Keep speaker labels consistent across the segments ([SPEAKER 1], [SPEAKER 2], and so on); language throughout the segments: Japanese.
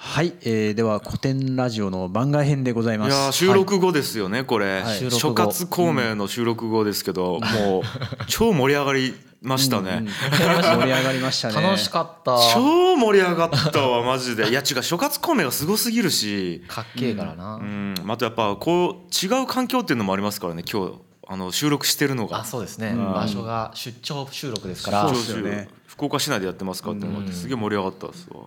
[SPEAKER 1] はい、えー、では古典ラジオの番外編でございます
[SPEAKER 2] いや収録後ですよね、はい、これ、はい、諸葛孔明の収録後ですけど、うん、 もう超盛り上がりましたねうん、うん、
[SPEAKER 1] 盛り上がりま したね
[SPEAKER 3] 楽しかった
[SPEAKER 2] 超盛り上がったわマジでいや違う諸葛孔明がすごすぎるし
[SPEAKER 3] かっけえからな
[SPEAKER 2] うん、またやっぱこう違う環境っていうのもありますからね今日あの収録してるのが
[SPEAKER 3] あそうですね、うん、場所が出張収録ですから
[SPEAKER 2] そうですよね福岡市内でやってますかってのがすげえ盛り上がったですわ、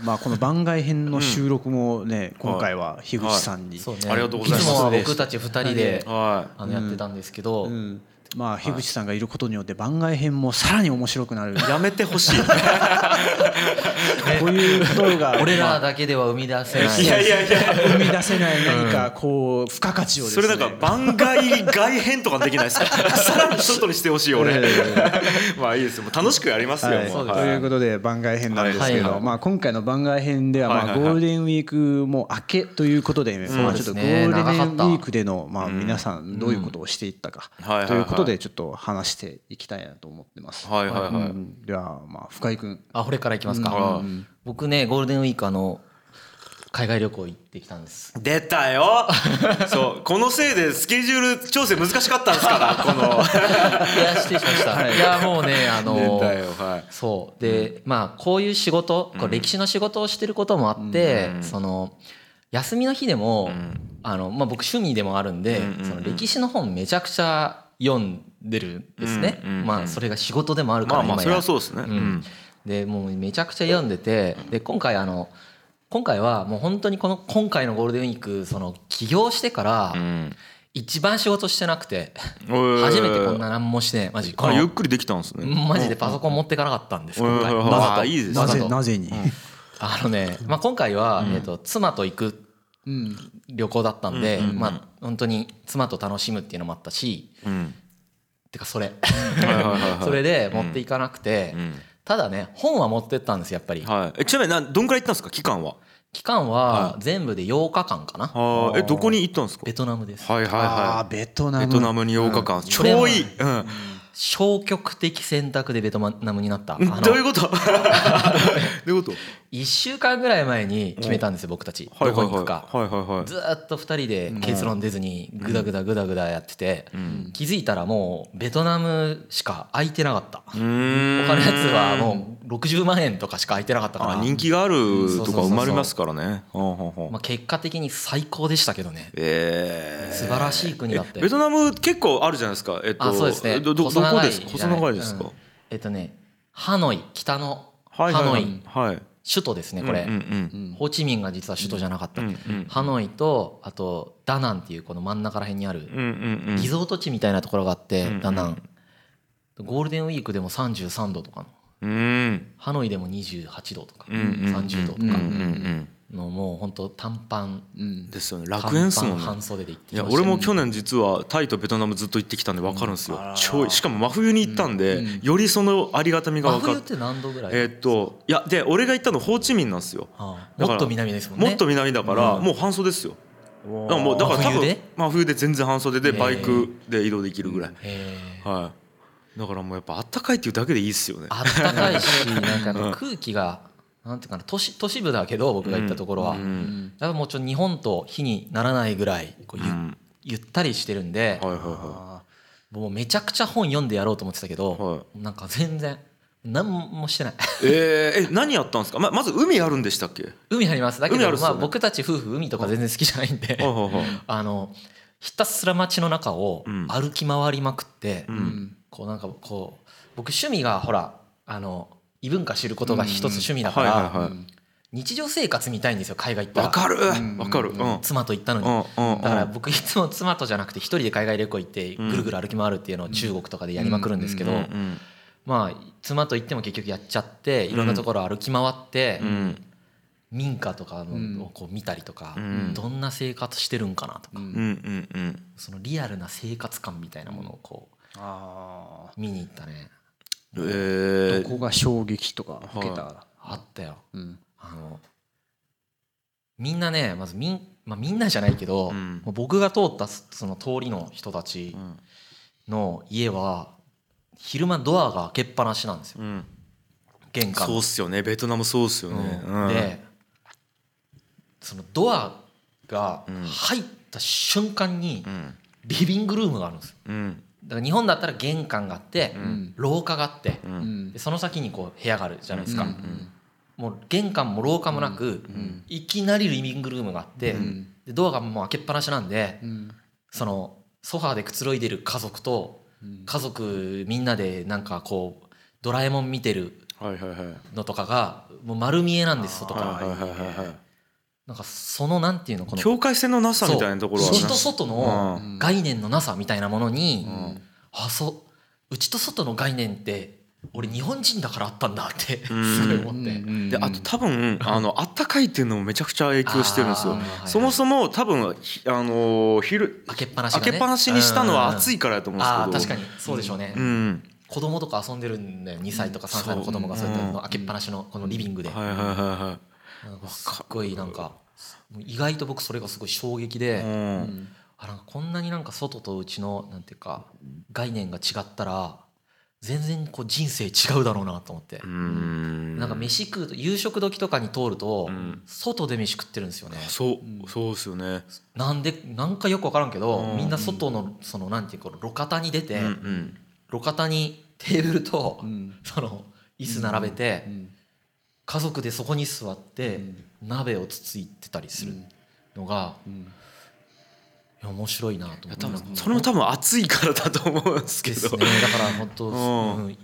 [SPEAKER 1] うん、まあこの番外編の収録もね、うん、今回は樋口さんに、はい
[SPEAKER 2] はいね、ありがとうございますい
[SPEAKER 3] つもは僕たち2人で、はい、あのやってたんですけど、
[SPEAKER 1] まあ、樋口さんがいることによって番外編もさらに面白くなる、
[SPEAKER 2] やめて ほしい
[SPEAKER 1] こういうことが
[SPEAKER 3] 俺らだけでは生み出せない
[SPEAKER 2] いやいやいや
[SPEAKER 1] 生み出せない何かこう付加価値を
[SPEAKER 2] それなんか番外外編とかできないですか さらに外にしてほしい俺 まあいいですもう楽しくやりますよ、はい、
[SPEAKER 1] ということで番外編なんですけど、まあ、今回の番外編ではまあゴールデンウィークも明けということで、まあ、ちょっとゴールデンウィークでのまあ皆さんどういうことをしていったかということでちょっと話していきたいなと思ってます。、
[SPEAKER 2] はいはいはい。うん
[SPEAKER 1] ではまあ深井君。
[SPEAKER 3] あこれからいきますか。うん、僕ねゴールデンウィークあの海外旅行行ってきたんです。
[SPEAKER 2] 出た よ。そうこのせいでスケジュール調整難しかったんですからこの。
[SPEAKER 3] いや失礼しました。はい、いやもうね あの、はい、そうで、まあこういう仕事、こう歴史の仕事をしてることもあって、うん、その。休みの日でも、あのまあ、僕趣味でもあるんで、その歴史の本めちゃくちゃ読んでるんですね、うんうんうんうん、まあそれが仕事でもあるから
[SPEAKER 2] まあまあそれはそうですね、うん、
[SPEAKER 3] でもうめちゃくちゃ読んでてで今回あの今回はもう本当にこの今回のゴールデンウィークその起業してから、一番仕事してなくて、うん、初めてこんな何もしてマジ
[SPEAKER 2] こゆっくりできたんですね
[SPEAKER 3] マジでパソコン持ってかなかったんです今回、
[SPEAKER 2] まあ、あいいですな
[SPEAKER 1] ぜなぜに、
[SPEAKER 3] あのね、まあ、今回は、えー、と妻と行くうん、旅行だったんで、うんうんうん、まあ本当に妻と楽しむっていうのもあったし、うん、 てかそれ それで持っていかなくて、うんうん、ただね本は持ってったんですやっぱり、
[SPEAKER 2] はい、えちなみにどんくらい行ったんですか期間は
[SPEAKER 3] 期間は全部で8日間かな、
[SPEAKER 2] はい、えどこに行ったんですか
[SPEAKER 3] ベトナムです
[SPEAKER 2] はいはいはい
[SPEAKER 1] ベトナム
[SPEAKER 2] ベトナムに8日間、超いい、うん
[SPEAKER 3] 消極的選択でベトナムになった
[SPEAKER 2] どういうことど ういうこと
[SPEAKER 3] 1週間ぐらい前に決めたんですよ僕たちどこ行くかずっと2人で結論出ずにグダグダグダグダやってて気づいたらもうベトナムしか空いてなかった他のやつはもう60万円とかしか空いてなかったから
[SPEAKER 2] 人気があるとか埋まりますからね
[SPEAKER 3] 結果的に最高でしたけどね素晴らしい国だって
[SPEAKER 2] ベトナム結構あるじゃないですかえっと
[SPEAKER 3] そうですね
[SPEAKER 2] どこですか細長いですか、うん、
[SPEAKER 3] えっとねハノイ北のハノイ、はい、首都ですねこれ、うんうんうん、ホーチミンが実は首都じゃなかった、うんうん、ハノイとあとダナンっていうこの真ん中ら辺にある、うんうん、リゾート地みたいなところがあって、うんうん、ダナンゴールデンウィークでも33度とかのハノイでも28度とか30度とかのもう本当短パン
[SPEAKER 2] ですよね楽園すもん
[SPEAKER 3] 半袖で行って、
[SPEAKER 2] ね、いや俺も去年実はタイとベトナムずっと行ってきたんで分かるんですよ、うん、超しかも真冬に行ったんで、うん、よりそのありがたみが分かる
[SPEAKER 3] って何度ぐらい
[SPEAKER 2] えー、っといやで俺が行ったのホーチミンなんですよ、
[SPEAKER 3] はあ、もっと南ですもんね
[SPEAKER 2] もっと南だから、うん、もう半袖ですよだからもうだから多分真冬で全然半袖でバイクで移動できるぐらいはいだからもうやっぱあったかいっていうだけでいいっすよね
[SPEAKER 3] あったかいしなんか空気がなんていうかな都市都市部だけど僕が行ったところは、うん、だからもうちょっと日本と比にならないぐらいこうゆ,うん、ゆったりしてるんで、はいはいはい、もうめちゃくちゃ本読んでやろうと思ってたけど、はい、なんか全然何もしてない
[SPEAKER 2] えー、え何やったんですかままず海あるんでしたっけ
[SPEAKER 3] 海ありますだけど、ね、まあ、僕たち夫婦海とか全然好きじゃないんで あのひたすら街の中を歩き回りまくって、うん、こうなんかこう僕趣味がほらあの異文化知ることが一つ趣味だから、日常生活見たいんですよ海外行ったら、
[SPEAKER 2] わかるわかる、うん
[SPEAKER 3] 妻と行ったのに、だから僕いつも妻とじゃなくて一人で海外旅行行ってぐるぐる歩き回るっていうのを中国とかでやりまくるんですけど、まあ妻と行っても結局やっちゃっていろんなところ歩き回って、民家とかのをこう見たりとか、どんな生活してるんかなとか、そのリアルな生活感みたいなものをこう見に行ったね。、
[SPEAKER 1] えー、どこが衝撃とか受けた、はい
[SPEAKER 3] あったよ、うん、あのみんなねまずみん,、まあ、みんなじゃないけど、うん、僕が通ったその通りの人たちの家は昼間ドアが開けっぱなしなんですよ、うん、玄関
[SPEAKER 2] そうっすよねベトナムそうっすよね、
[SPEAKER 3] でそのドアが入った瞬間にリビングルームがあるんですよ、うん、だから日本だったら玄関があって、うん、廊下があって、うん、その先にこう部屋があるじゃないですか、うん、もう玄関も廊下もなく、いきなりリビングルームがあって、でドアがもう開けっぱなしなんで、そのソファーでくつろいでる家族と家族みんなでなんかこう「ドラえもん」見てるのとかがもう丸見えなんです外から。なんかそのなんていうのこの
[SPEAKER 2] 境界線のなさみたいなところは
[SPEAKER 3] 内と外の概念のなさみたいなものに、あそう内と外の概念って俺日本人だからあったんだってすごい思って
[SPEAKER 2] であと多分あの暖かいっていうのもめちゃくちゃ影響してるんですよ、そもそも多分あの昼
[SPEAKER 3] 開けっぱなし、
[SPEAKER 2] 開けっぱなしにしたのは暑いからだと思うん
[SPEAKER 3] ですけど確かにそうでしょうね、うん子供とか遊んでるんだよ2歳とか3歳の子供がそうやって開けっぱなしのこのリビングで、はいはいはいはいすっごいなんか意外と僕それがすごい衝撃で、うん、あなんかこんなになんか外とうちのなんていうか概念が違ったら全然こう人生違うだろうなと思ってんなんか飯食うと夕食時とかに通ると外で飯食ってるんですよね、
[SPEAKER 2] うん、そうそうですよね
[SPEAKER 3] なんでなんかよく分からんけど、うん、みんな外のそのなんていうか路肩に出て、うんうん、路肩にテーブルと、その椅子並べて。家族でそこに座って鍋をつついてたりするのが、面白いなと思
[SPEAKER 2] ってそれも多分暑いからだと思うんですけど
[SPEAKER 3] ね、だから本当、うん、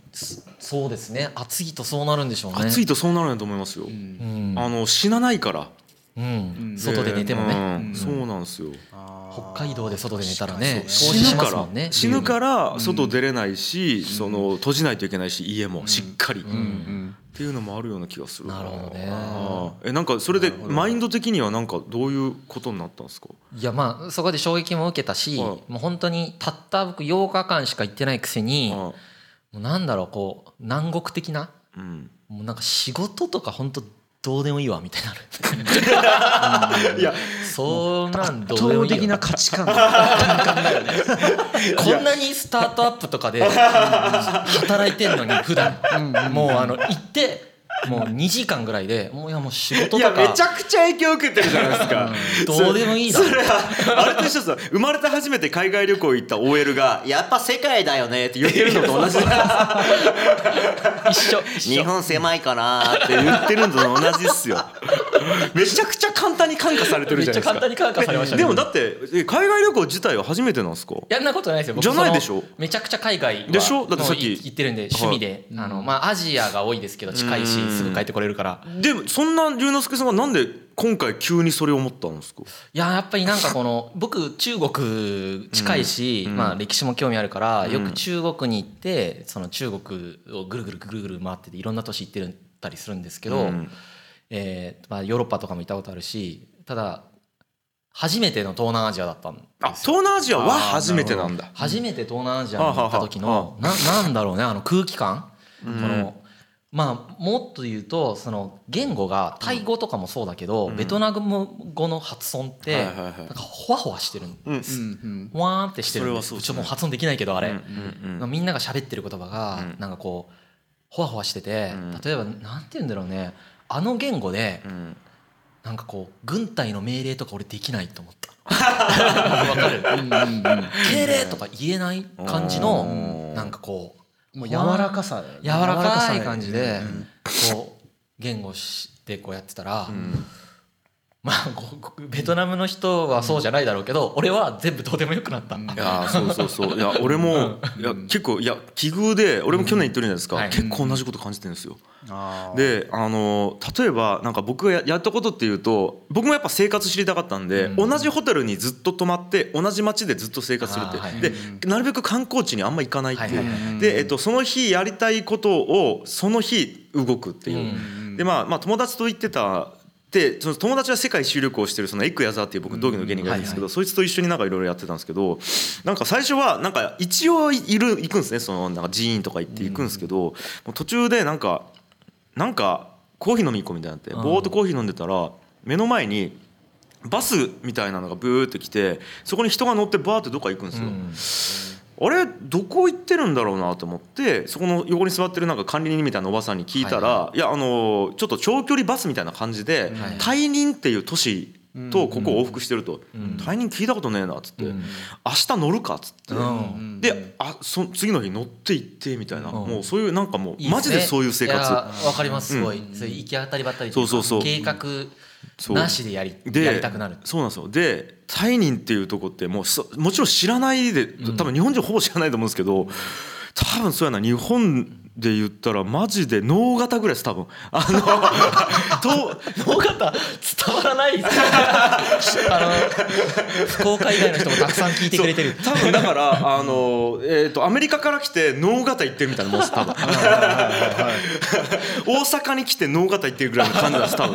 [SPEAKER 3] そうですね暑いとそうなるんでしょうね
[SPEAKER 2] 暑いとそうなるんだと思いますよ、うん、あの死なないから、
[SPEAKER 3] うん、外で寝てもね、
[SPEAKER 2] そうなんですよ
[SPEAKER 3] 北海道で外で寝たらね
[SPEAKER 2] 死ぬから、死ぬから外出れないし、その閉じないといけないし家もしっかり、うんっていうのもあるような気がする
[SPEAKER 3] なるほどね
[SPEAKER 2] えなんかそれでマインド的にはなんかどういうことになったんですか
[SPEAKER 3] いやまあそこで衝撃も受けたし、はい、もう本当にたった僕8日間しか行ってないくせに、はい、もうなんだろうこう南国的な、うん、もうなんか仕事とか本当どうでもいいわみたいなるうん、いやそうなんどうでもいい
[SPEAKER 1] 的な価値観
[SPEAKER 3] こんなにスタートアップとかで働いてるのに普段、うん、もうあの行ってもう2時間ぐらいでもういやもう仕事とか
[SPEAKER 2] めちゃくちゃ影響受けてるじゃないですか、
[SPEAKER 3] うん、どうでもいい
[SPEAKER 2] なそれはあれと一緒です生まれて初めて海外旅行行った OL が「やっぱ世界だよね」って言ってるのと同じ だ
[SPEAKER 3] 一緒
[SPEAKER 2] 日本狭いかなって言ってるのと同じっすよめちゃくちゃ簡単に感化されてるじゃないですか
[SPEAKER 3] 簡単に感化されました、
[SPEAKER 2] ね、でもだって海外旅行自体は初めてなんですか
[SPEAKER 3] やんなことないですよ
[SPEAKER 2] じゃないでしょ
[SPEAKER 3] めちゃくちゃ海外
[SPEAKER 2] でしょだってさっき
[SPEAKER 3] 行ってるんで趣味で、はい、あのまあアジアが多いですけど近いしすぐ帰ってこれるから
[SPEAKER 2] でもそんな龍之介さんがなんで今回急にそれを思ったんですか
[SPEAKER 3] いややっぱりなんかこの 僕中国近いし、まあ、歴史も興味あるからよく中国に行ってその中国をぐるぐるぐるぐる回ってていろんな都市行ってたりするんですけど、えーまあ、ヨーロッパとかも行ったことあるしただ初めての東南アジアだったん
[SPEAKER 2] 東南アジアは初めてなんだ
[SPEAKER 3] 初めて東南アジアに行った時のななんだろうねあの空気感、このまあ、もっと言うとその言語がタイ語とかもそうだけど、ベトナム語の発音ってなんかほわほわしてるんです、うんうんわーってしてるんですうちも発音できないけどあれ、みんなが喋ってる言葉がなんかこうほわほわしてて、例えばなんて言うんだろうねあの言語で、うなんかこう軍隊の命令とか俺できないと思った。 わかる、 敬礼とか言えない感じのなんかこう
[SPEAKER 1] もう柔らかさ
[SPEAKER 3] 柔らかい感じでこう言語してこうやってたら、まあベトナムの人はそうじゃないだろうけど、俺は全部どうでもよくなった、うん、い
[SPEAKER 2] やそうそう そういや俺も、いや結構いや奇遇で俺も去年行ってるじゃないですか、結構同じこと感じてるんですよ。であの例えばなんか僕がやったことっていうと僕もやっぱ生活知りたかったんで、同じホテルにずっと泊まって同じ街でずっと生活するって、でなるべく観光地にあんま行かないっていう、で、えっと、その日やりたいことをその日動くっていう。でまあ、まあ友達と行ってたでその友達は世界周旅行してるそのエッグ矢沢っていう僕同期の芸人がいるんですけど、そいつと一緒になんかいろいろやってたんですけどなんか最初はなんか一応いる行くんですねそのなんか寺院とか行って行くんですけど、途中でなんかなんかコーヒー飲み行こうみたいになってぼーっとコーヒー飲んでたら目の前にバスみたいなのがブーって来てそこに人が乗ってバーってどっか行くんですよ。あれどこ行ってるんだろうなと思ってそこの横に座ってるなんか管理人みたいなおばさんに聞いたら、はい,はい、いやあのちょっと長距離バスみたいな感じで、はい、退任っていう都市とここ往復してると「うん、退任聞いたことねえな」っつって、うん「明日乗るか」っつって、うん、であそ次の日乗って行ってみたいな、もうそういうなんかもう、ね、マジでそういう生活わ
[SPEAKER 3] かりますすごい、そういう行き当たりばったりそうそうそう計画なしでやりやりたくなる
[SPEAKER 2] そうなんですよで退任っていうとこってもうもちろん知らないで多分日本人ほぼ知らないと思うんですけど、多分そうやな日本で言ったらマジで脳型ぐらいです多分あの
[SPEAKER 3] と脳型伝わらない あの福岡以外の人もたくさん聞いてくれてる
[SPEAKER 2] 多分だからあの、えーと、とアメリカから来て脳型行ってるみたいなもんです多分大阪に来て脳型行ってるぐらいの感じなんです多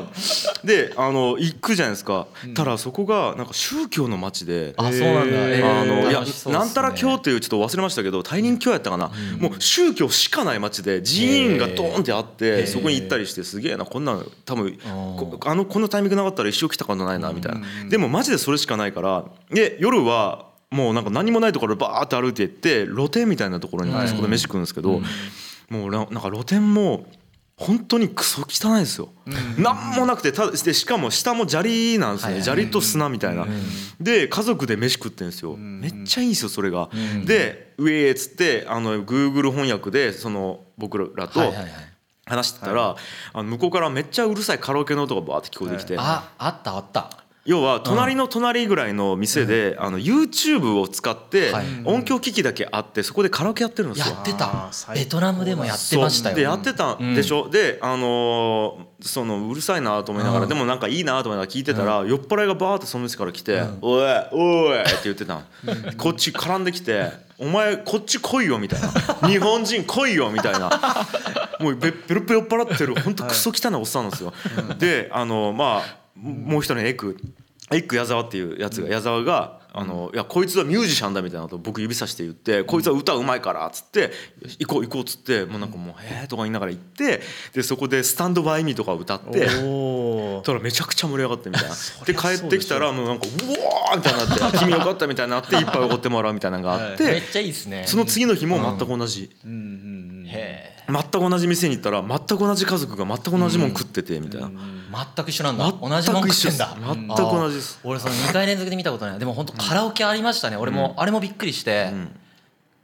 [SPEAKER 2] 分であの行くじゃないですか、うん、ただそこがなんか宗教の街で
[SPEAKER 3] あそうなんだ、え
[SPEAKER 2] ー、あのいや、ね、なんたら教というちょっと忘れましたけど退任教やったかな、うん、もう宗教しかない街で寺院がドーンってあってそこに行ったりしてすげえなこんな多分あのこんなタイミングなかったら一生来たことないなみたいなでもマジでそれしかないからで夜はもうなんか何もないところバーって歩いていって露店みたいなところにそこで飯食うんですけどもうなんか露店も。本当にクソ汚いですよ、うん、何もなくてたでしかも下も砂利なんですね、砂利と砂みたいな、で家族で飯食ってんですよ、めっちゃいいんですよそれが、で「ウェー」っつってあの Google 翻訳でその僕らと話してたら、あの向こうからめっちゃうるさいカラオケの音がバーって聞こえてきて、
[SPEAKER 3] ああったあった
[SPEAKER 2] 要は隣の隣ぐらいの店で、あの YouTube を使って音響機器だけあってそこでカラオケやってるんです
[SPEAKER 3] よ。やってたベトナムでもやってましたよ。
[SPEAKER 2] でやってたでしょ、であのそのうるさいなと思いながら、でもなんかいいなと思いながら聞いてたら、酔っ払いがバーってその店から来て「おいおい!」って言ってたこっち絡んできて「お前こっち来いよ」みたいな「日本人来いよ」みたいな。もうべペロペロ酔っ払ってる本当クソ汚いおっさんなんですよ。であのまあもう一人のエクエッグ矢沢っていうやつが矢沢があのいやこいつはミュージシャンだみたいなことを僕指さして言ってこいつは歌うまいからっつって行こう行こうっつってもうなんかもうへえとか言いながら行ってでそこで「スタンドバイミーとか歌ってたらめちゃくちゃ盛り上がってみたいなで帰ってきたらもうなんか「うわ!」みたいになって「君よかった」みたいになって一杯おごってもらうみたいなのがあって
[SPEAKER 3] めっちゃいいですね
[SPEAKER 2] その次の日も全く同じ。へえ全く同じ店に行ったら全く同じ家族が全く同じもん食っててみたいな、うん、
[SPEAKER 3] 全く一緒なんだ同じもん食ってんだ
[SPEAKER 2] 全く同じです
[SPEAKER 3] 俺その2回連続で見たことないでも本当カラオケありましたね俺も、あれもびっくりして、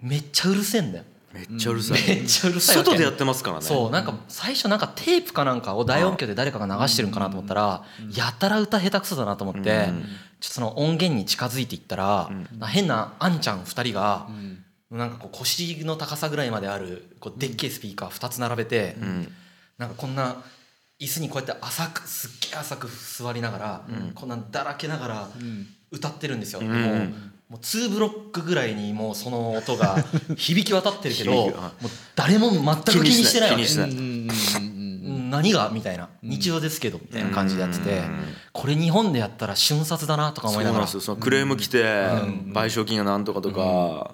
[SPEAKER 3] めっちゃうるせえんだよ
[SPEAKER 2] めっちゃうるさい、
[SPEAKER 3] めっちゃうるさい
[SPEAKER 2] 外でやってますからね
[SPEAKER 3] そうなんか最初なんかテープかなんかを大音響で誰かが流してるんかなと思ったらやたら歌下手くそだなと思って、ちょっとその音源に近づいていったら、変なあんちゃん2人が、なんかこう腰の高さぐらいまであるこうでっけえスピーカー2つ並べて、なんかこんな椅子にこうやって浅くすっげえ浅く座りながら、こんなだらけながら歌ってるんですよ、もうもう2ブロックぐらいにもうその音 が響き渡ってるけどもう誰も全く気にしてないわけ何がみたいな日常ですけどみたいな感じでやっててこれ日本でやったら瞬殺だなとか思いながら
[SPEAKER 2] そのクレーム来て賠償金がなんとかとか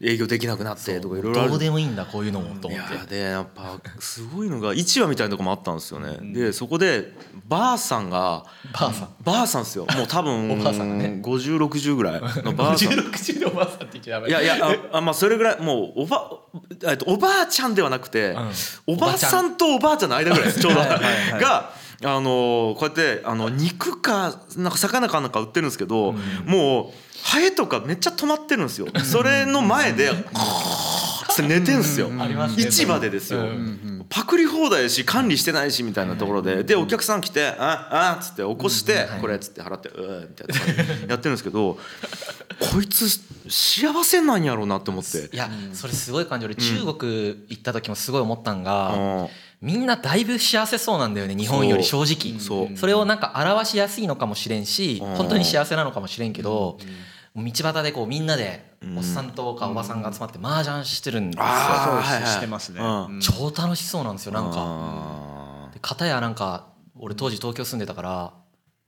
[SPEAKER 2] 営業できなくなってとかいろいろ
[SPEAKER 3] どうでもいいんだこういうのもと思
[SPEAKER 2] ってでやっぱすごいのが市場みたいなとこもあったんですよねでそこでばあさんが
[SPEAKER 3] ばあさん
[SPEAKER 2] ばあさんですよもう多分5060ぐらいのばあ
[SPEAKER 3] さん5060でおばあさんって言っちゃダメ
[SPEAKER 2] いやいや あまあそれぐらいもうおばおばあちゃんではなくておばさんとおばあちゃんの間ぐらいですちょうどがあのこうやってあの肉かなんか魚かなんか売ってるんですけどもうハエとかめっちゃ止まってるんですよそれの前でって寝てんすよ、市場でですよ、パクリ放題し管理してないしみたいなところで、でお客さん来て「ああ」っつって起こして「これ」っつって払って「うー」みたいなやってるんですけどこいつ幸せなんやろうなって思って
[SPEAKER 3] いやそれすごい感じ俺中国行った時もすごい思ったんが、みんなだいぶ幸せそうなんだよね日本より正直それをなんか表しやすいのかもしれんし本当に幸せなのかもしれんけど、道端でこうみんなでおっさんとかおばさんが集まって麻雀してるんですよ。
[SPEAKER 1] してますね。
[SPEAKER 3] 超楽しそうなんですよなんか。で片やなんか俺当時東京住んでたから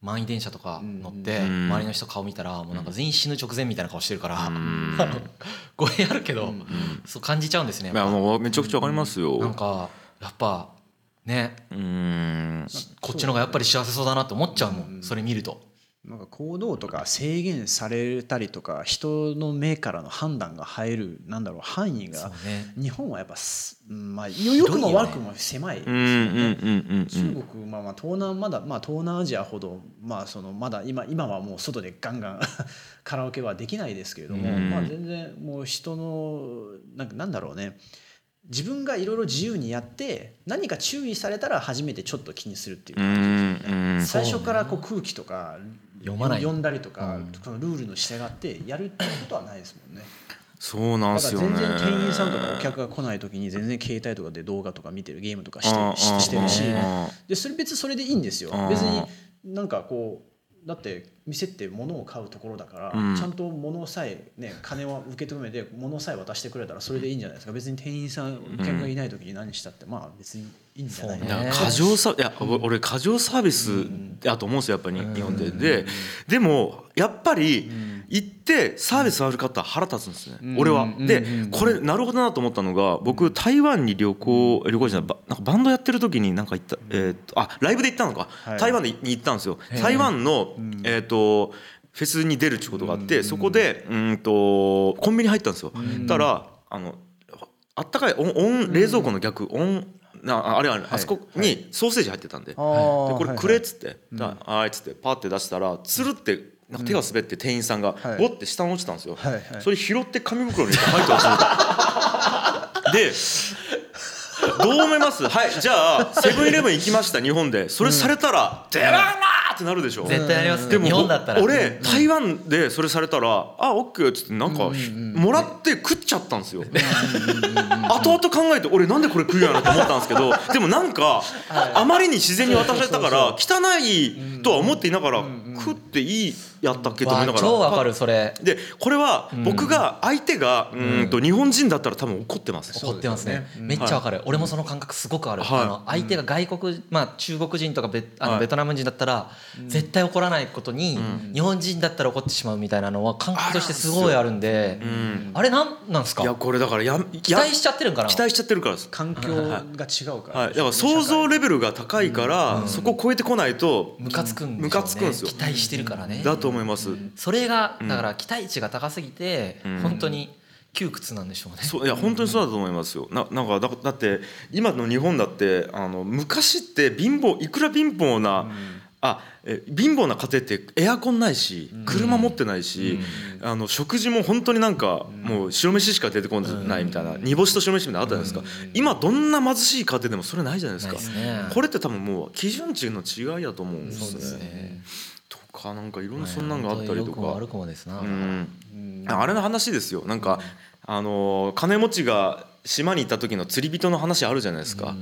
[SPEAKER 3] 満員電車とか乗って周りの人顔見たらもうなんか全員死ぬ直前みたいな顔してるから 語弊あるけどそう感じちゃうんですね。い
[SPEAKER 2] やもうめちゃくちゃわかりますよ。
[SPEAKER 3] なんかやっぱねこっちの方がやっぱり幸せそうだなって思っちゃうもんそれ見ると。
[SPEAKER 1] なんか行動とか制限されたりとか人の目からの判断が入るなんだろう範囲が、日本はやっぱ、まあ、よくも悪くも狭いですよね。中国、まあ、まあ東南まだ、まあ、東南アジアほど、まあ、そのまだ今今はもう外でガンガ ンカラオケはできないですけれども、まあ、全然もう人のなんかなんだろうね自分がいろいろ自由にやって何か注意されたら初めてちょっと気にするっていう感じですよね。最初からこう空気とか
[SPEAKER 3] 読まない
[SPEAKER 1] 読んだりとか、うん、のルールの従ってやるってことはないですもんね。
[SPEAKER 2] そうなんすよ、ね、
[SPEAKER 1] 全然店員さんとかお客が来ない時に全然携帯とかで動画とか見てるゲームとかしてしてるしでそれ別にそれでいいんですよ。別になんかこうだって店って物を買うところだから、ちゃんと物さえ、ね、金は受け止めて物さえ渡してくれたらそれでいいんじゃないですか別に店員さんお客がいない時に何したって、まあ別にいいんじゃないですか、ね、
[SPEAKER 2] 過剰さいや、俺過剰サービスだと思うんですよやっぱり日本で、ででもやっぱり行ってサービス悪かったら腹立つんですね、俺は、でこれなるほどなと思ったのが僕台湾に旅行旅行じゃないなんかバンドやってる時になんか行った、えー、とあライブで行ったのか、台湾に行ったんですよ台湾の、えー、とフェスに出るってことがあって、そこでうんとコンビニ入ったんですよ、だからあのあったかい温冷蔵庫の逆温なあれあれ、あそこにソーセージ入ってたんで,、でこれくれっつって「はい」っつってパッて出したらつるってなんか手が滑って店員さんがボって下に落ちたんですよ、それ拾って紙袋に入ってほしいでどう思いますはいじゃあセブンイレブン行きました日本でそれされたら「出番だ!」ってなるでしょ
[SPEAKER 3] 絶対あります、ね、でも
[SPEAKER 2] 俺台湾でそれされたら「あオッケー」っつってなんかもらって食っちゃったんですよ後々考えて俺なんでこれ食うやろと思ったんですけ どでもなんかあまりに自然に渡されたから汚いとは思っていながら食っていいやったっけと思いながら
[SPEAKER 3] 超わかるそれ
[SPEAKER 2] でこれは僕が相手がうんと日本人だったら多分怒ってます
[SPEAKER 3] 怒ってますねめっちゃわかる俺もその感覚すごくあるあの相手が外国まあ中国人とかベあのベトナム人だったら絶対怒らないことに日本人だったら怒ってしまうみたいなのは感覚としてすごいあるんで、うん、あれなんなんですか
[SPEAKER 2] いやこれだからや
[SPEAKER 3] 期待しちゃってるんかな
[SPEAKER 2] 期待しちゃってるからです
[SPEAKER 1] 環境が違うから、はい
[SPEAKER 2] だから想像レベルが高いから、そこを超えてこないと
[SPEAKER 3] ムカつくん
[SPEAKER 2] ムカつくんですよ
[SPEAKER 3] 期待してるからね
[SPEAKER 2] だと思います、
[SPEAKER 3] それがだから期待値が高すぎて、本当に窮屈なんでしょうね
[SPEAKER 2] そういや本当にそうだと思いますよななんかだだって今の日本だってあの昔って貧乏いくら貧乏な、あえ貧乏な家庭ってエアコンないし車持ってないし、うん、あの食事も本当になんか、うん、もう白飯しか出てこないみたいな、うん、煮干しと白飯みたいなのあったじゃないですか、今どんな貧しい家庭でもそれないじゃないですか、ね、これって多分もう基準値の違いだと思うんですね。すねとかなんかいろんなそんなのがあったりとか、まあ、
[SPEAKER 3] 悪くもですな、
[SPEAKER 2] あれの話ですよなんか、あの金持ちが島に行った時の釣り人の話あるじゃないですか。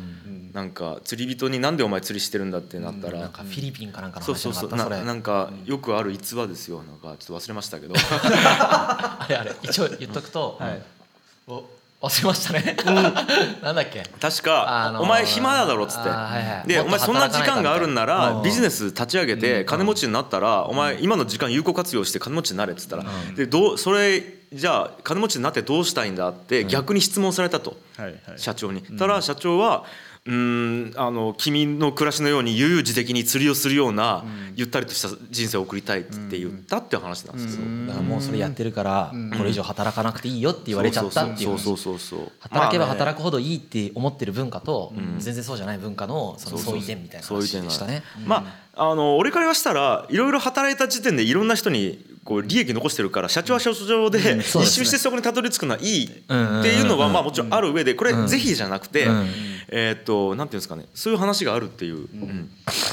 [SPEAKER 2] なんか釣り人になんでお前釣りしてるんだってなったら、
[SPEAKER 3] フィリピンかなんか
[SPEAKER 2] そうそうそうなんかよくある逸話ですよなんかちょっと忘れました けど
[SPEAKER 3] あれあれ一応言っとくと、はい、忘れましたね、う なんだっけ
[SPEAKER 2] 確か、あのー、お前暇だろ」っつって、はい、でお前そんな時間があるんならビジネス立ち上げて金持ちになったら、お前今の時間有効活用して金持ちになれっつったら、でどうそれじゃあ金持ちになってどうしたいんだって逆に質問されたと、社長に。たら社長はうんあの君の暮らしのように悠々自適に釣りをするような、ゆったりとした人生を送りたいって言ったっていう話なんですけ
[SPEAKER 3] ど、だからもうそれやってるから、これ以上働かなくていいよって言われちゃったっていう働けば働くほどいいって思ってる文化と、全然そうじゃない文化のその相違点みたいな話でしたね。
[SPEAKER 2] まあ、あの俺から言わしたらいろいろ働いた時点でいろんな人にこう利益残してるから社長は社長で一周してそこにたどり着くのはいいっていうのはまあもちろんある上でこれ是非じゃなくてえっとなんていうんですかねそういう話があるっていう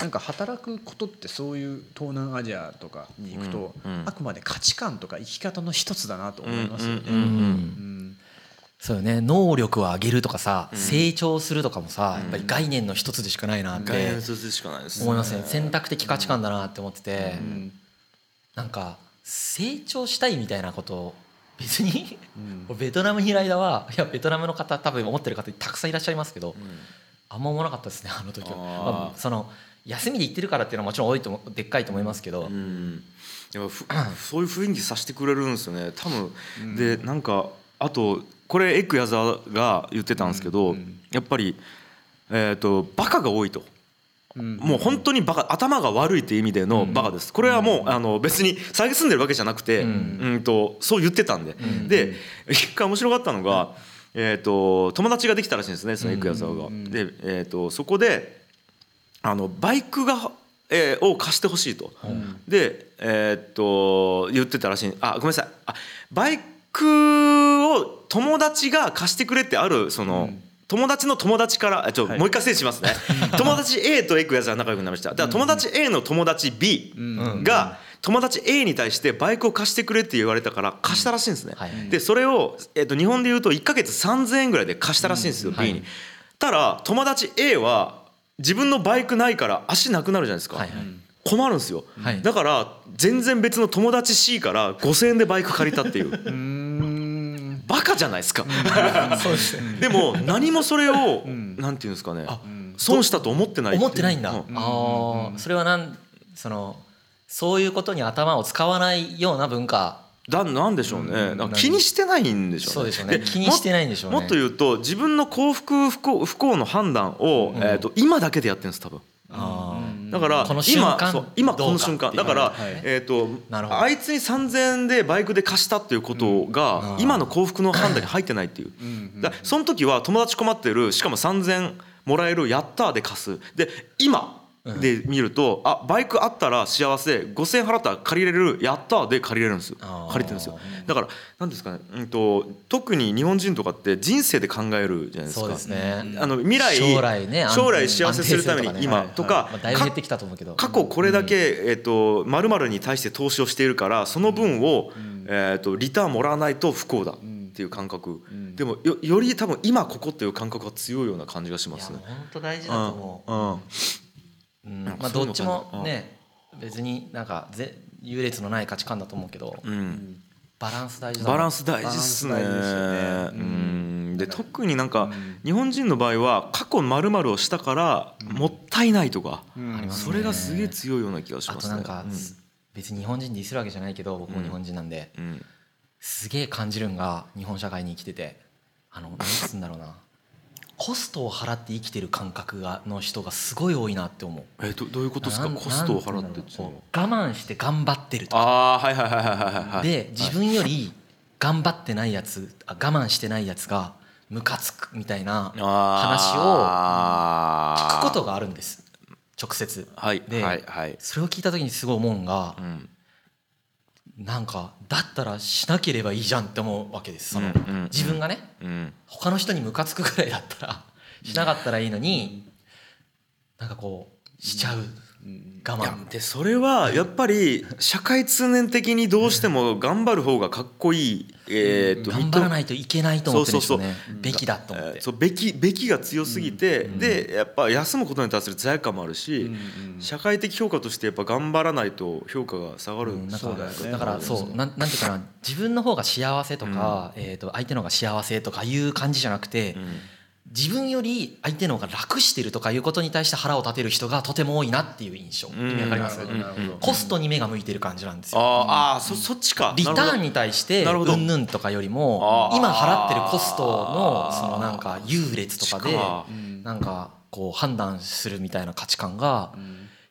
[SPEAKER 1] なんか働くことってそういう東南アジアとかに行くとあくまで価値観とか生き方の一つだなと思いますよね。
[SPEAKER 3] そうよね能力を上げるとかさ、成長するとかもさ、やっぱり概念の一つでしかないなって概念の一
[SPEAKER 2] つでしかないです
[SPEAKER 3] 思いますね選択的価値観だなって思ってて、なんか成長したいみたいなこと別に、うん、ベトナムにいる間はいやベトナムの方多分思ってる方たくさんいらっしゃいますけど、うん、あんま思わなかったですねあの時は、まあ、その休みで行ってるからっていうのはもちろん多いとでっかいと思いますけど、うん、
[SPEAKER 2] やふ そういう雰囲気させてくれるんですよね多分、うん、でなんかあとこれエッグ矢沢が言ってたんですけど、やっぱり、えーと、とバカが多いと。もう本当にバカ頭が悪いって意味でのバカです、これはもうあの別に詐欺住んでるわけじゃなくて、うんとそう言ってたんで、で一回面白かったのが、えー、と友達ができたらしいんですねその郁弥沢が。で、えー、とそこであのバイクがえー、を貸してほしいと、うん、で、えー、っと言ってたらしいあごめんなさいあバイクを友達が貸してくれってあるその、うん、友達の友達からちょ、はい、もう一回整理し ますね友達 A と A くやつは仲良くなりましただから友達 A の友達 B が友達 A に対してバイクを貸してくれって言われたから貸したらしいんですね、うんはい、でそれを、えー、っと日本でいうと1か月3,000円ぐらいで貸したらしいんですよ、はい、B に。たら友達 A は自分のバイクないから足なくなるじゃないですか、はいはい、困るんですよ、はい、だから全然別の友達 C から5,000円でバイク借りたっていう バカじゃないですかでも何もそれを、うん、なんていうんですかね、うん、損したと思ってない
[SPEAKER 3] 思ってないんだ、うん、ああそれはなんそのそういうことに頭を使わないような文化
[SPEAKER 2] だなんでしょうね、気にしてないんでしょうね。
[SPEAKER 3] うね気にしてないんでしょう、ね、
[SPEAKER 2] もっと言うと自分の幸福不幸不幸の判断を、うん、えーと、と今だけでやってるんです多分。だから今今この瞬間だから、はい、えーと、とあいつに3,000円でバイクで貸したっていうことが、うん、今の幸福の判断に入ってないっていう。だその時は友達困ってるしかも3,000もらえるやったーで貸すで今で見るとあバイクあったら幸せ5,000円払ったら借りれるやったで借りれるんですよ借りてるんですよだから何ですかね、うんと、と特に日本人とかって人生で考えるじゃないですかそうです、ね、あの未来
[SPEAKER 3] 将来,、ね、
[SPEAKER 2] 将来幸せするために今とか,、
[SPEAKER 3] だいぶ減ってきたと思うけど
[SPEAKER 2] 過去これだけ、えー、と〇〇に対して投資をしているからその分を、えー、とリターンもらわないと不幸だ。っていう感覚、うん、でもよより多分今ここっていう感覚が強いような感じがしますね。
[SPEAKER 3] 本当大事だと思う。うん、うんうんまあ、どっちもね別になんかぜ優劣のない価値観だと思うけど、うん、バランス大事
[SPEAKER 2] バランス大事っすね。で特になんか日本人の場合は過去まるをしたからもったいないとか、それがすげえ強いような気がします
[SPEAKER 3] ね。あとなんか、別に日本人ディスるわけじゃないけど僕も日本人なんで、すげえ感じるんが日本社会に生きててあの何つうんだろうな。コストを払って生きてる感覚がの人がすごい多いなって思う。
[SPEAKER 2] えどどういうことですか？コストを払って
[SPEAKER 3] 我慢して頑張ってると
[SPEAKER 2] あはいはいはいはいはい。
[SPEAKER 3] で自分より頑張ってないやつ、あ我慢してないやつがムカつくみたいな話を聞くことがあるんです。直接。
[SPEAKER 2] はい、
[SPEAKER 3] で、
[SPEAKER 2] はいはい、
[SPEAKER 3] それを聞いた時にすごい思うんが。うんなんかだったらしなければいいじゃんって思うわけですその、自分がね、うん、他の人にムカつくぐらいだったらしなかったらいいのに、うなんかこうしちゃう。我慢
[SPEAKER 2] でそれはやっぱり社会通念的にどうしても頑張る方がかっこいい、え
[SPEAKER 3] ー、と頑張らないといけないと思ってるんでねべきだと思って
[SPEAKER 2] そうべきべきが強すぎて、でやっぱ休むことに対する罪悪感もあるし、社会的評価としてやっぱ頑張らないと評価が下がるん
[SPEAKER 3] だ,、だからそうなんなんていうかな自分の方が幸せとか、えー、と相手の方が幸せとかいう感じじゃなくて、自分より相手の方が楽してるとかいうことに対して腹を立てる人がとても多いなっていう印象意味わかりますコストに目が向いてる感じなんですよ
[SPEAKER 2] ああそそっちか
[SPEAKER 3] リターンに対してうんぬんとかよりも今払ってるコストのそのなんか優劣とかでなんかこう判断するみたいな価値観が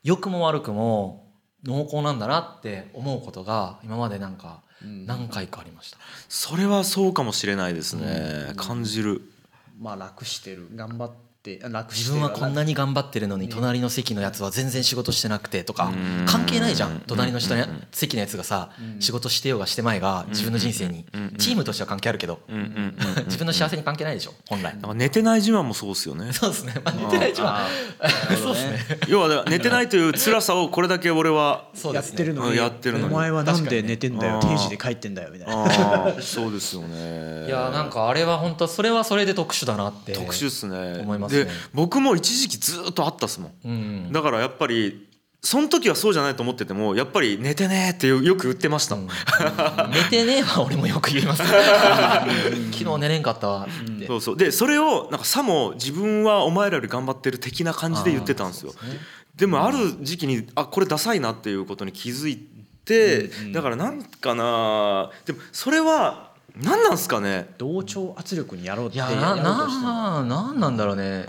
[SPEAKER 3] 良くも悪くも濃厚なんだなって思うことが今までなんか何回かありました、
[SPEAKER 2] それはそうかもしれないですね、感じる
[SPEAKER 1] まあ楽してる頑張って楽
[SPEAKER 3] 自分はこんなに頑張ってるのに隣の席のやつは全然仕事してなくてとか関係ないじゃん隣の人の席のやつがさ仕事してようがしてまいが自分の人生にチームとしては関係あるけど 自分の幸せに関係ないでしょ本来
[SPEAKER 2] 寝てない自慢もそうですよ ね
[SPEAKER 3] そうですね、まあ、寝てない自慢そうですね
[SPEAKER 2] 要は寝てないという辛さをこれだけ俺 は
[SPEAKER 1] やってるのに
[SPEAKER 2] やってるの
[SPEAKER 1] お前はなんで寝てんだよ定時で帰ってんだよみたいな
[SPEAKER 2] そうですよね
[SPEAKER 3] いやなんかあれは本当それはそれで特殊だなって
[SPEAKER 2] 特殊っすね
[SPEAKER 3] 思います
[SPEAKER 2] で僕も一時期ずっとあったっすもん、だからやっぱりその時はそうじゃないと思っててもやっぱり「寝てね」ってよく言ってました、うん、
[SPEAKER 3] 寝てねは俺もよく言います昨日寝れんかったわって、
[SPEAKER 2] そうそうでそれをなんかさも自分はお前らより頑張ってる的な感じで言ってたんですよ、ね、でもある時期にあこれダサいなっていうことに気づいて、うんうん、だからなんかなでもそれは何なんすかね
[SPEAKER 1] 同調圧力にやろうって
[SPEAKER 3] やなななんなんだろうね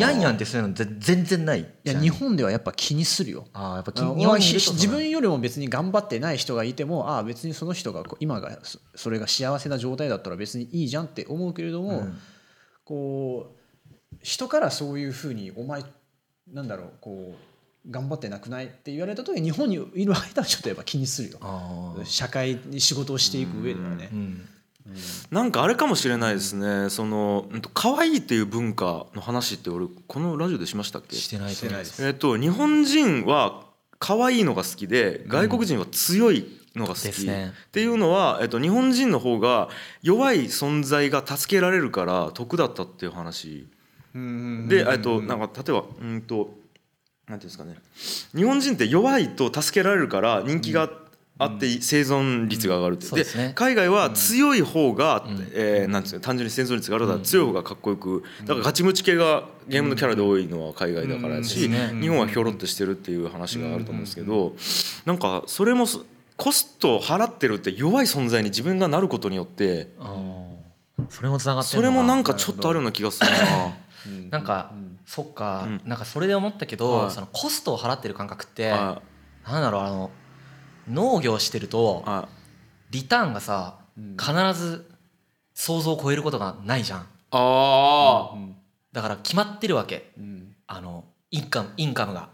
[SPEAKER 3] ヤンヤンってそういうの全然ないい
[SPEAKER 1] や日本ではやっぱ気にするよ
[SPEAKER 3] あやっぱ
[SPEAKER 1] 気に自分よりも別に頑張ってない人がいてもああ別にその人が今がそれが幸せな状態だったら別にいいじゃんって思うけれども、うん、こう人からそういうふうにお前なんだろうこう頑張ってなくないって言われた時日本にいる間はちょっとやっぱ気にするよ社会に仕事をしていく上ではね。
[SPEAKER 2] なんかあれかもしれないですねその可愛いっていう文化の話って俺このラジオでしましたっけ
[SPEAKER 3] してない
[SPEAKER 2] えっと日本人は可愛いのが好きで外国人は強いのが好き、っていうのは、えっと、日本人の方が弱い存在が助けられるから得だったっていう話で、えっと、なんか例えばうんと。なんていうんですかね日本人って弱いと助けられるから人気があって生存率が上がるって、うんうん、で、ね、海外は強い方が、うん、えー、なんですか単純に生存率が上がるから強い方がかっこよくだからガチムチ系がゲームのキャラで多いのは海外だからやし、ね、日本はひょろっとしてるっていう話があると思うんですけどなんかそれもコストを払ってるって弱い存在に自分がなることによって
[SPEAKER 3] それもつながって
[SPEAKER 2] それもなんかちょっとあるような気がするな。
[SPEAKER 3] なんか、そっか、なんかそれで思ったけど、そのコストを払ってる感覚って、はなんだろうあの農業してると、リターンがさ、必ず想像を超えることがないじゃん。
[SPEAKER 2] あ
[SPEAKER 3] だから決まってるわけ、あのインカムインカムが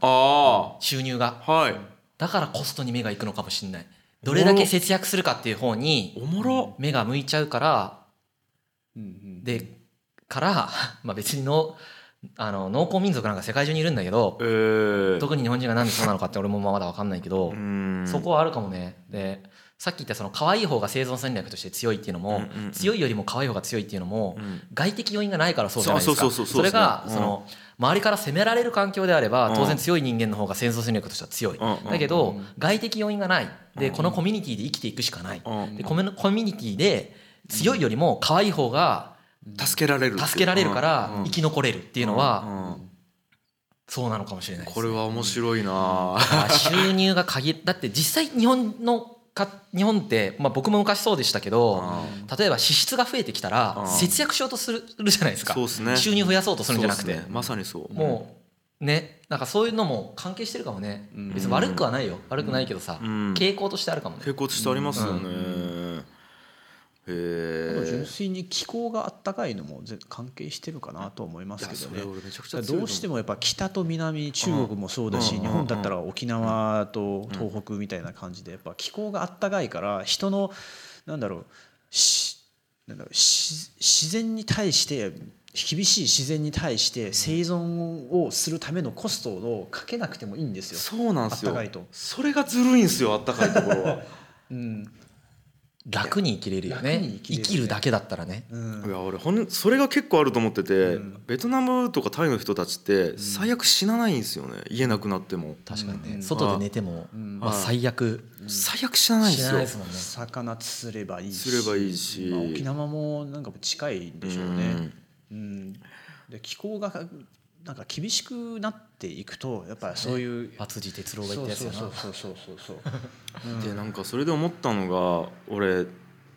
[SPEAKER 3] 収入が、
[SPEAKER 2] はい、
[SPEAKER 3] だからコストに目がいくのかもしれないどれだけ節約するかっていう方に目が向いちゃうからでから、まあ、別にのあの農耕民族なんか世界中にいるんだけど、
[SPEAKER 2] えー、
[SPEAKER 3] 特に日本人がなんでそうなのかって俺もまだ分かんないけどそこはあるかもね。でさっき言ったその可愛い方が生存戦略として強いっていうのも、強いよりも可愛い方が強いっていうのも、外的要因がないからそうじゃないですかそれがその、周りから責められる環境であれば当然強い人間の方が戦争戦略としては強い、だけど、外的要因がないでこのコミュニティで生きていくしかない、でコミュニティで強いよりも可愛い方が、
[SPEAKER 2] 助けられる
[SPEAKER 3] 助けられるから生き残れるっていうのはそうなのかもしれない、ね、
[SPEAKER 2] これは面白いな
[SPEAKER 3] 収入が限りだって実際日本のか日本って、まあ、僕も昔そうでしたけど例えば支出が増えてきたら節約しようとするじゃないですか、
[SPEAKER 2] ね、
[SPEAKER 3] 収入増やそうとするんじゃなくて、
[SPEAKER 2] ね、まさにそう
[SPEAKER 3] もうねなんかそういうのも関係してるかもね別に悪くはないよ悪くないけどさ、うん、傾向としてあるかもね
[SPEAKER 2] 傾向としてありますよね、うん
[SPEAKER 1] 純粋に気候があったかいのも関係してるかなと思いますけどねどうしてもやっぱ北と南中国もそうだし日本だったら沖縄と東北みたいな感じでやっぱ気候があったかいから人のなんだろうなんだろう自然に対して厳しい自然に対して生存をするためのコストをかけなくてもいいんですよ。
[SPEAKER 2] そうなんですよ。それがずるいんですよ。あったかいところは。
[SPEAKER 1] うん。
[SPEAKER 3] 楽に生きれるよね、ね、生きるだけだったらね、
[SPEAKER 2] うん、いや俺ほんそれが結構あると思ってて、うん、ベトナムとかタイの人たちって最悪死なないんですよね家なくなっても
[SPEAKER 3] 確かにね、うん、外で寝ても、まあ、最悪、
[SPEAKER 2] 最悪死なないんですよ、ね、
[SPEAKER 1] 魚釣ればいい
[SPEAKER 2] し釣ればいいし、、
[SPEAKER 1] まあ、沖縄もなんか近いでしょうね、うんで気候がなんか厳しくなっていくとやっぱそういう、
[SPEAKER 3] 松地哲郎が言ったやつやな
[SPEAKER 1] そうそうそうそうそう
[SPEAKER 2] でなんかそれで思ったのが俺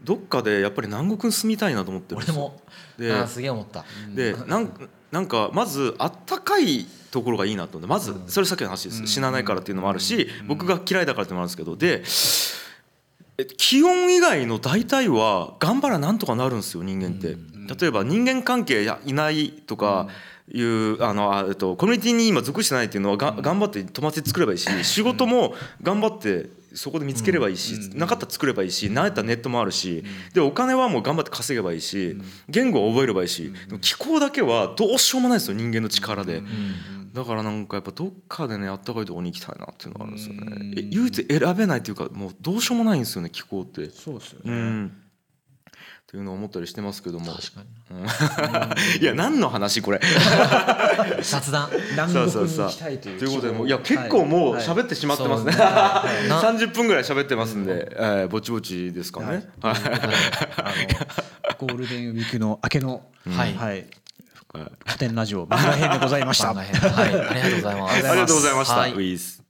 [SPEAKER 2] どっかでやっぱり南国に住みたいなと思ってる
[SPEAKER 3] 俺もですげえ思った
[SPEAKER 2] でなんなんかまずあったかいところがいいなと思ってまずそれさっきの話です死なないからっていうのもあるし僕が嫌いだからっていうのもあるんですけどで気温以外の大体は頑張らなんとかなるんですよ人間って。例えば人間関係いないとかいう、うん、あのえっとコミュニティに今属してないっていうのはが、うん、頑張って友達作ればいいし仕事も頑張ってそこで見つければいいし、うん、なかったら作ればいいし慣れたネットもあるしでお金はもう頑張って稼げばいいし言語を覚えればいいし気候だけはどうしようもないですよ人間の力で。だからなんかやっぱどっかでねあったかいとこに行きたいなっていうのがあるんですよね。唯一選べないというかもうどうしようもないんですよね気候って。
[SPEAKER 1] そうですよ
[SPEAKER 2] ね。というのを思ったりしてますけども。いや何の話 これ。
[SPEAKER 3] 雑談。、
[SPEAKER 1] 南国に行きたいという。
[SPEAKER 2] ということでもいや結構もう 喋ってしまってますね。 三十分ぐらい喋ってますんで、えぼちぼちですかね。
[SPEAKER 1] はい。ゴールデンウィークの明けのはい。古典ラジオ番外編でございました。はい
[SPEAKER 3] ありがとうございます。
[SPEAKER 2] ありがとうございました。ウィズ。